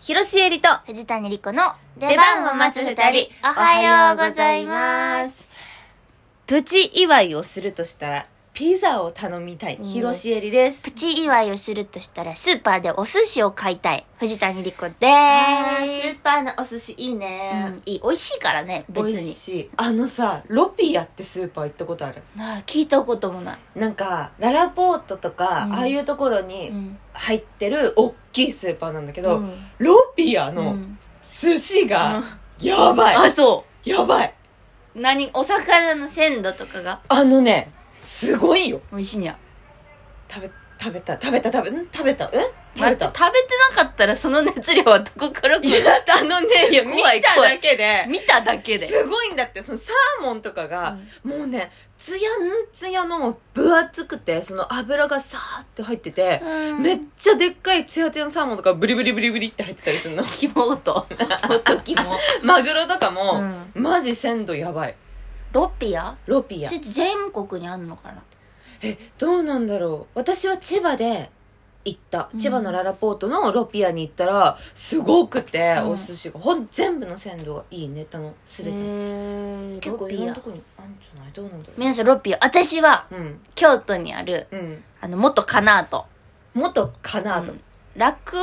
広ロえりと、藤谷莉子の出番を待つ二人、おはようございます。プチ祝いをするとしたら、ピザを頼みたい、ん広ロえりです。プチ祝いをするとしたら、スーパーでお寿司を買いたい。藤谷莉子であーースすー。パーのお寿司いいうねん、。いい。美味しいからね、別美味に。しい。あのさ、ロピアってスーパー行ったことあるなあ聞いたこともない。なんか、ララポートとか、うんああいうところにうん入ってる大きいスーパーなんだけど、うんロピアうのん寿司うがん、やばい、あ、そ。やばいう何お魚の鮮度とかがあのね、すごいよ。美味しいにゃ。食べ、食べた、食べた、食べ、ん食べた、え食べ待ってた食。べてなかったらその熱量はどこから来いるや、あのね、いや、見怖いた怖いだけで、見ただけで。すごいんだって、そのサーモンとかが、もうね、つやんつやの、分厚くて、その油がさーって入ってて、うんめっちゃでっかいつやつやのサーモンとかブリブリブリブリって入ってたりするの。キモ音。音 キモ。マグロとかも、マジ鮮度やばい。ロピアロピアそ。れ全国にあるのかなえ、どうなんだろう。私は千葉で行った。うん千葉のララポートのロピアに行ったら、すごくて、うんお寿司が。ほん、全部の鮮度がいいネタの、すべての。へ結ーロ構いろんピなアとこにあるんじゃないどうなんだろ皆さんロピア私はう。うん。京都にあるうん。あの元カナート元かなと。洛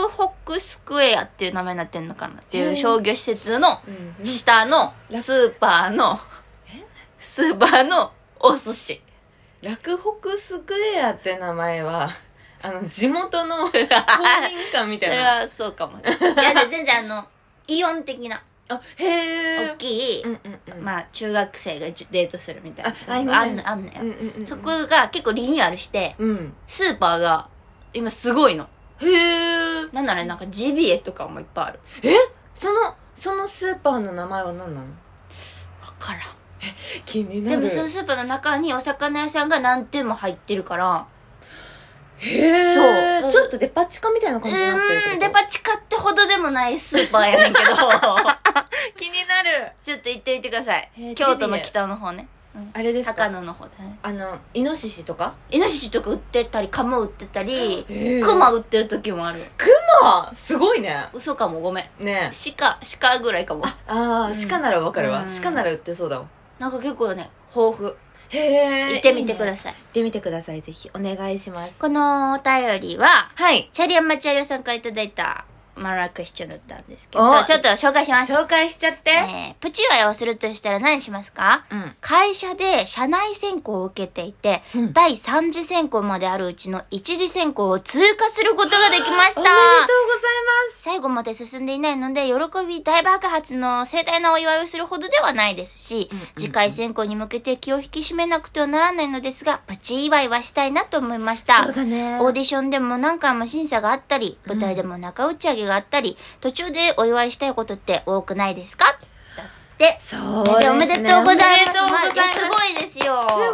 北スクエアっていう名前になってんのかなってへいーう商業施設のうん下のスーパーのスーパーのお寿司洛北スクエアって名前は、 あの、地元 の公民館みそたいれな。はそうかも いやで全然あのイオン的なあ、へえ。大きい、うんうんうん。まあ中学生がじゅデートするみたいなとこああるねあんのあんのよ、うんうんうんそこが結構リニューアルしてうん。スーパーが今すごいのへえ。なんならなんかジビエとかもいっぱいあるその、そのスーパーの名前は何なのわからん気になでる。もそのスーパーの中にお魚屋さんが何店も入ってるからへそえ。うちょっとデパ地下みたいなう感じになってるってーこんとデパ地下ってほどでもないスーパーやねんけど気になる。 ちょっと行ってみてくださいへー京都の北の方ねあれです高か野の方でねあの、イノシシとかイノシシとか売ってたりカモ売ってたりへークマ売ってる時もあるまあ、すごいね。嘘かもごめんねえ。鹿鹿ぐらいかもああ、うん鹿ならわかるうわん。鹿なら売ってそうだわ。なんか結構ね豊富へえ。行ってみてくだい。さい行ってみてください。ぜひ、お願いします。このお便りははい。チャリアンマチャリオさんからいただいたマラークエスチョンだったんですけどおちょっと紹介します紹介しちゃって。えープチ祝いをするとしたら何しますかうん。会社で社内選考を受けていて、うん第3次選考まであるうちの1次選考を通過することができましおめでとたうございます。最後まで進んでいないので、喜び大爆発の盛大なお祝いをするほどではないですし、うんうん次回選考に向けて気を引き締めなくてはならないのですが、プチ祝いはしたいなと思いました。だねオーディションでも何回も審査があったり、舞台でも中打ち上げがあったり、途中でお祝いしたいことって多くないですかだって。そうですね。おめでとうございます。おめでとうございまやす。すごいですよ。すごい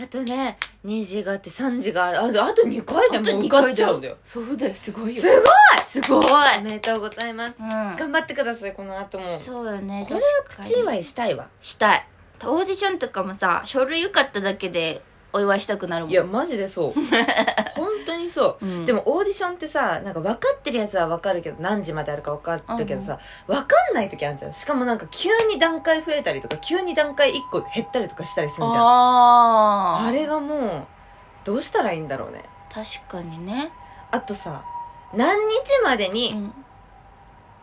あとね、2時があって3時がああとあと2回でもう受かっちゃうんだよ。そうだよ、すごいよ。すごいすごい。おめでとうございます。うん頑張ってください、この後も。こそうよね。れは確かプにチ祝いしたいわ。したい。オーディションとかもさ、書類受かっただけでお祝いしたくなるもん。いや、マジで そう。本当にそう、うんでもオーディションってさ、なんか分かってるやつは分かるけど、何時まであるか分かるけどさ、分かんない時あるじゃん。しかもなんか急に段階増えたりとか、急に段階1個減ったりとかしたりするじゃん。ああーれがもう、どうしたらいいんだろうね。確かにね。あとさ、何日までうにん。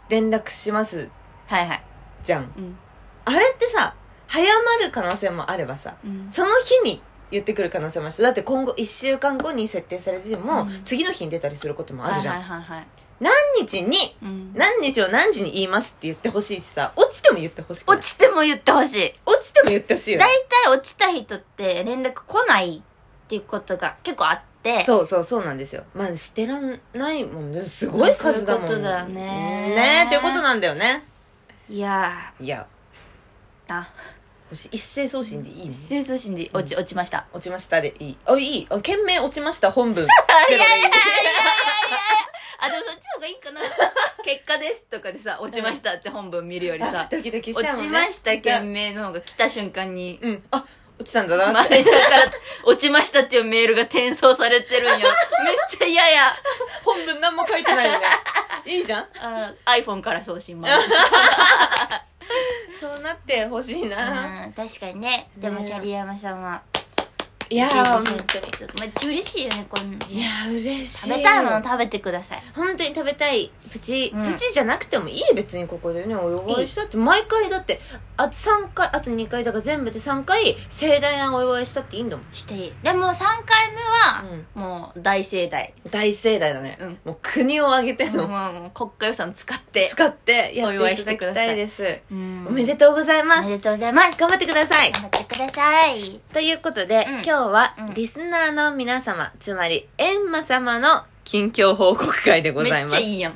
連絡しますはいはい。じゃん。うん。あれってさ、早まる可能性もあればさ、うん。その日に言ってくる可能性もあるし、だって今後1週間後に設定されてても、うん次の日に出たりすることもあるじゃん。はいはいはいはい。何日に、うん。何日を何時に言いますって言ってほしいしさ、落ちても言ってほしくない落ちても言ってほしい。落ちても言ってほしいよね大。体落ちた人って連絡来ないっていうことが結構あって。そうそうそうなんですよ。まあ、してらんないもんね。すごい数だもんそういうことだよねねえ、っていうことなんだよね。いやいや、ー、な。星一斉送信でいいね。清掃心で落ち、落ちました。落ちましたでいい。あ、いい。あ、件名落ちました、本 文。いやいやいや。あ、でもそっちの方がいいか な。結果ですとかでさ、落ちましたって本文見るよりあさ、ドキドキしち落ゃうもんちね。ました件名。名の方が来た瞬間に、うん。あ、落ちたんだなマっネて。ージャーから落ちましたっていう メールが転送されてるんや。めっちゃ嫌や。本文何も書いてないよね。 いいじゃんあ iPhone から送信まで。そうなってほしいな、うん確かにね。でも、ねえチャリ山さんは。いやー本本当に。めっちゃ嬉しいよね、こん当にいやー嬉しい食べたいもの食べてください。本当に食べたいプチ、うんプチじゃなくてもいい別にここでねお祝いしたって毎回だってあと3回あと2回だから全部で3回盛大なお祝いしたっていいんだもん、していい。でも、3回目は、もう、大盛大。大盛大だね、うんもう国を挙げての、もう、もう、国家予算使って。使ってやおって祝いいたしだてきくだたさいいです、うんおめでとうございまおすめでとうございます。頑頑張ってください張ってください。ということで、うん今日はうんリスナーの皆様、つまりエンマ様の近況報告会でございめっまちすゃい いやん。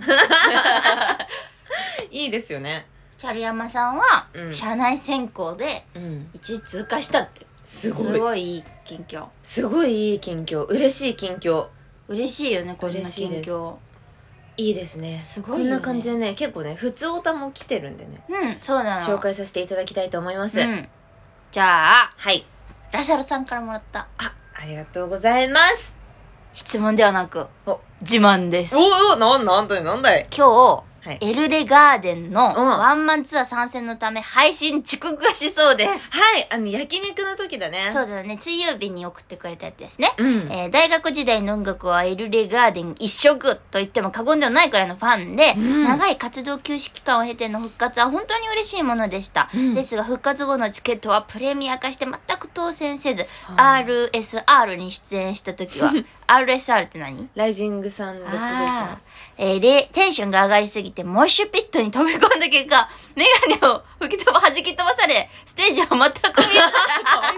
いいですよねチャル山さんは、うん社内選考でうん1位通過したって。すごいすごいいい近況。すごいいい近況嬉しい近況嬉しいよね、こんな嬉し近いです況。いいですねすごいよねこんな感じでね結構ね普通オタも来てるんでねうん、そうなの。紹介させていただきたいと思います、うん。じゃあ、はいラシャロさんからもらったあありがとうございます質問ではなく、お自慢です。おおなんなんだいなんだい今日、はいエルレガーデンのうんワンマンツアー参戦のため配信遅刻がしそうです。はいあの焼肉の時だねそううだね、水曜日に送ってくれたやつですね。うんえー大学時代の音楽はエルレガーデン一色と言っても過言ではないくらいのファンで、ん長い活動休止期間を経ての復活は本当に嬉しいものでした、うんですが復活後のチケットはプレミア化して全く当選せず、は RSR に出演した 時は RSR って何ライジングさんレッドベルトあーえーれテンションが上がりすぎてモッシュピットに飛び込んだ結果、メガネを吹き飛ば、弾き飛ばされ、ステージは全く見かわいえ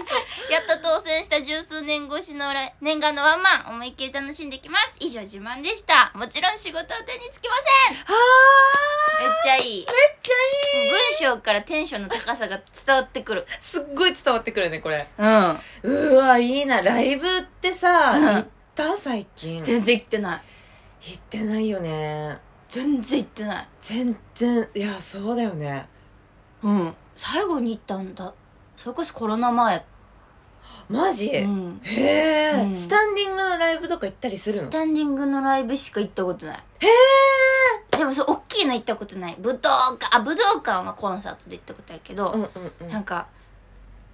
そ うず、やっと当選した十数年越しの来念願のワンマン、思いっきり楽しんできます。以上自慢でした。もちろん仕事は手につきませんはあめっちゃいい。めっちゃいい文章からテンションの高さが伝わってくる。すっごい伝わってくるねこれうん。うわいいなライブってさ、うん行った最近行全然行ってない。ってないよね全然行ってない。全然いやそうだよねうん。最後に行ったんだ。それこそコロナ前。マジ、うん。へえ、うんスタンディングのライブとか行ったりするのスタンディングのライブしか行ったことないへでもそう大きいの行ったことない武道館あ武道館はコンサートで行ったことあるけうんど、うんうなんんか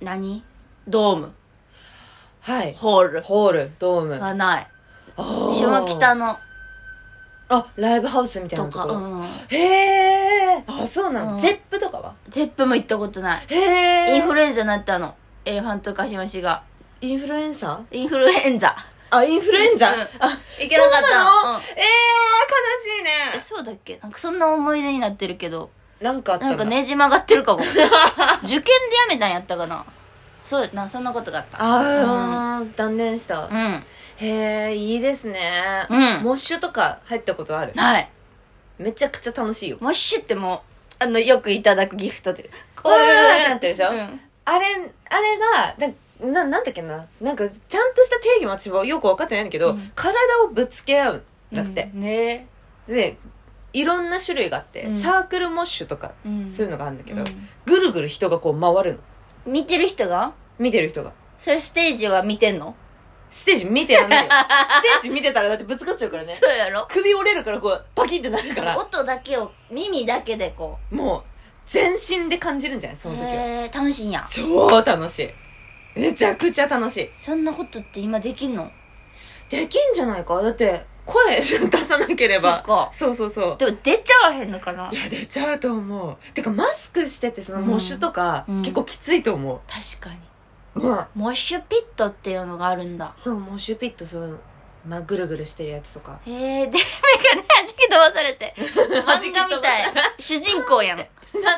何ドームはいホールホールドームがないあー下北のあライブハウスみたいとなとかころ、うんへえあそうなの、うんゼップとかはゼップも行ったことないへえインフルエンザになったのエレファントカシマシがインフルエンサーインフルエンザあインフルエンザ、うんあ行けなかったそうなの、うんええー、悲しいえねそうだっけなんかそんな思い出になってるけどなんかあったんなだんかねじ曲がってるかも受験でやめたんやったかなそうやなそんなことがあったああ、断念した、うんへえいいですね、うんモッシュとか入ったことあるないめちゃくちゃ楽しいよモッシュってもうあのよくいただくギフトでうわーってなってるでしょうんあれあれがなななんだっけななんかちゃんとした定義も私はよく分かってないんだけど、うん体をぶつけ合うんだって、うんねでいろんな種類があって、うんサークルモッシュとかうんそういうのがあるんだけど、うんぐるぐる人がこう回るの見てる人が見てる人がそれステージは見てんのステージ見てらんないよステージ見てたらだってぶつかっちゃうからね そうやろ首折れるからこうパキンってなるから音だけを耳だけでこもう全身で感じるんじゃないうその時はへえ楽しいんや超楽しいめちゃくちゃ楽しいそんなことって今できんのできんじゃないかだって声出さなければそっかそうそうそうでも出ちゃわへんのかないや出ちゃうと思うてかマスクしててそのモッシュとか、うんうん結構きついと思確かにううんモッシュピットっていうのがあるんだそうモッシュピットその、まあ、ぐるぐるしてるやつとかへえでメガネ 弾き飛ばされて漫画弾き飛ばみたい主人公やんなっ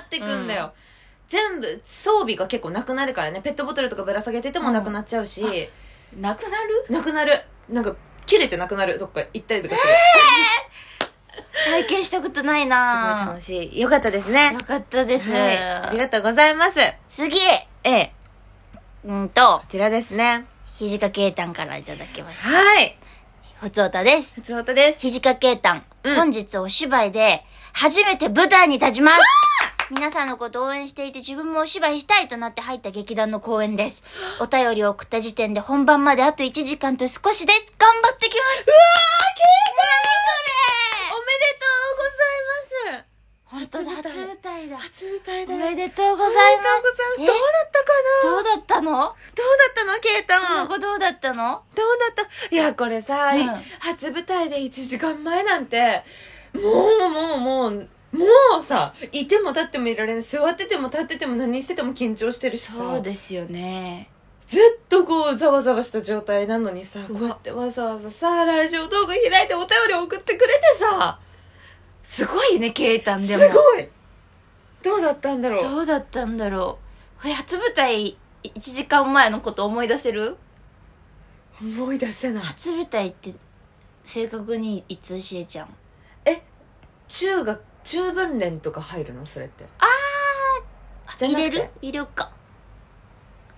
てくんだよ、全部装備が結構なくなるからねペットボトルとかぶら下げててもなくなっちゃうし、 なくなるなくなるなんか切れてなくなるどっか行ったりとかする、体験したことないなすごい楽しいよかったですねよかったです。はい、ありがとうございます次、ええうんとこ、ちらですね。ひじかけいたんからいただきました。はい。ふつおたです。ふつおたです。ひじかけいたん、うん本日お芝居で、初めて舞台に立ちます皆さんのことを応援していて自分もお芝居したいとなって入った劇団の公演です。お便りを送った時点で本番まであと1時間と少しです。頑張ってきますうわー、けいた何そおめおめでとうござれいます本当だ、初初舞舞台だ。初舞台おだよめでとうござおいまめでとうございますどうえだったかす。などうだったのどうだったのケイタその後どうだったのどうだったいや、これさ、うん初舞台で1時間前なんて、もうもうもう、もうさ、いても立ってもいられない。座ってても立ってても何してても緊張してるしそうさ。ですよね。ずっとこう、ざわざわした状態なのにさ、こうやってわざわざさ、ラジオ動画開いてお便り送ってくれてさ、すごいね、ケイタンですも。ごいどうだったんだろうどうだったんだろう。え初舞台、1時間前のこと思い出せる思い出せない。初舞台って、正確にいつしえちゃん。え、中学、中文連とか入るのそれって。じゃ入なくてれる入れよっか。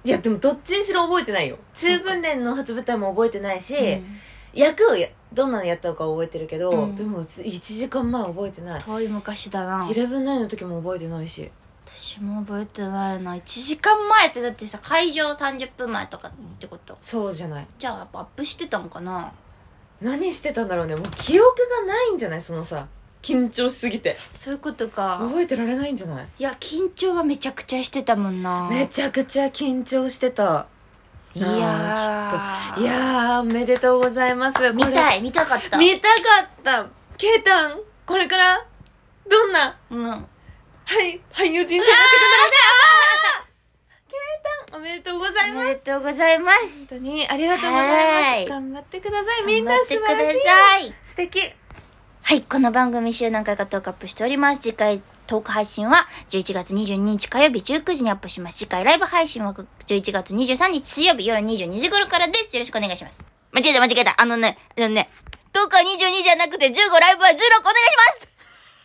いや、でもどっちにしろ覚えてないよ。中文連の初舞台も覚えてないし、うん役をやどんなのやったのか覚えてるけど、うんでも1時間前覚えてない遠い昔だな。 11イの時も覚えてないし私も覚えてないな1時間前ってだってさ会場30分前とかってことそうじゃないじゃあやっぱアップしてたのかな何してたんだろうねもう記憶がないんじゃないそのさ緊張しすぎてそういうことか覚えてられないんじゃないいや緊張はめちゃくちゃしてたもんなめちゃくちゃ緊張してたいやなあきっーといやーおめでとうございますこれ見たい見たかった見たかったケイタンこれからどんなうんあはい俳優人生になってくださいねあーケイタンおめでとうございりますがとうございます本当にありがとうござはいまいす。頑張ってください。みんな素晴頑張っらてしいよく。ださい素敵。はい、この番組週何回かトークアップしております。次回トーク配信は11月22日火曜日19時にアップします。次回ライブ配信は11月23日水曜日夜22時頃からです。よろしくお願いします。間違えた間違えた。あのね、あのね、トークは22じゃなくて15、ライブは16お願いします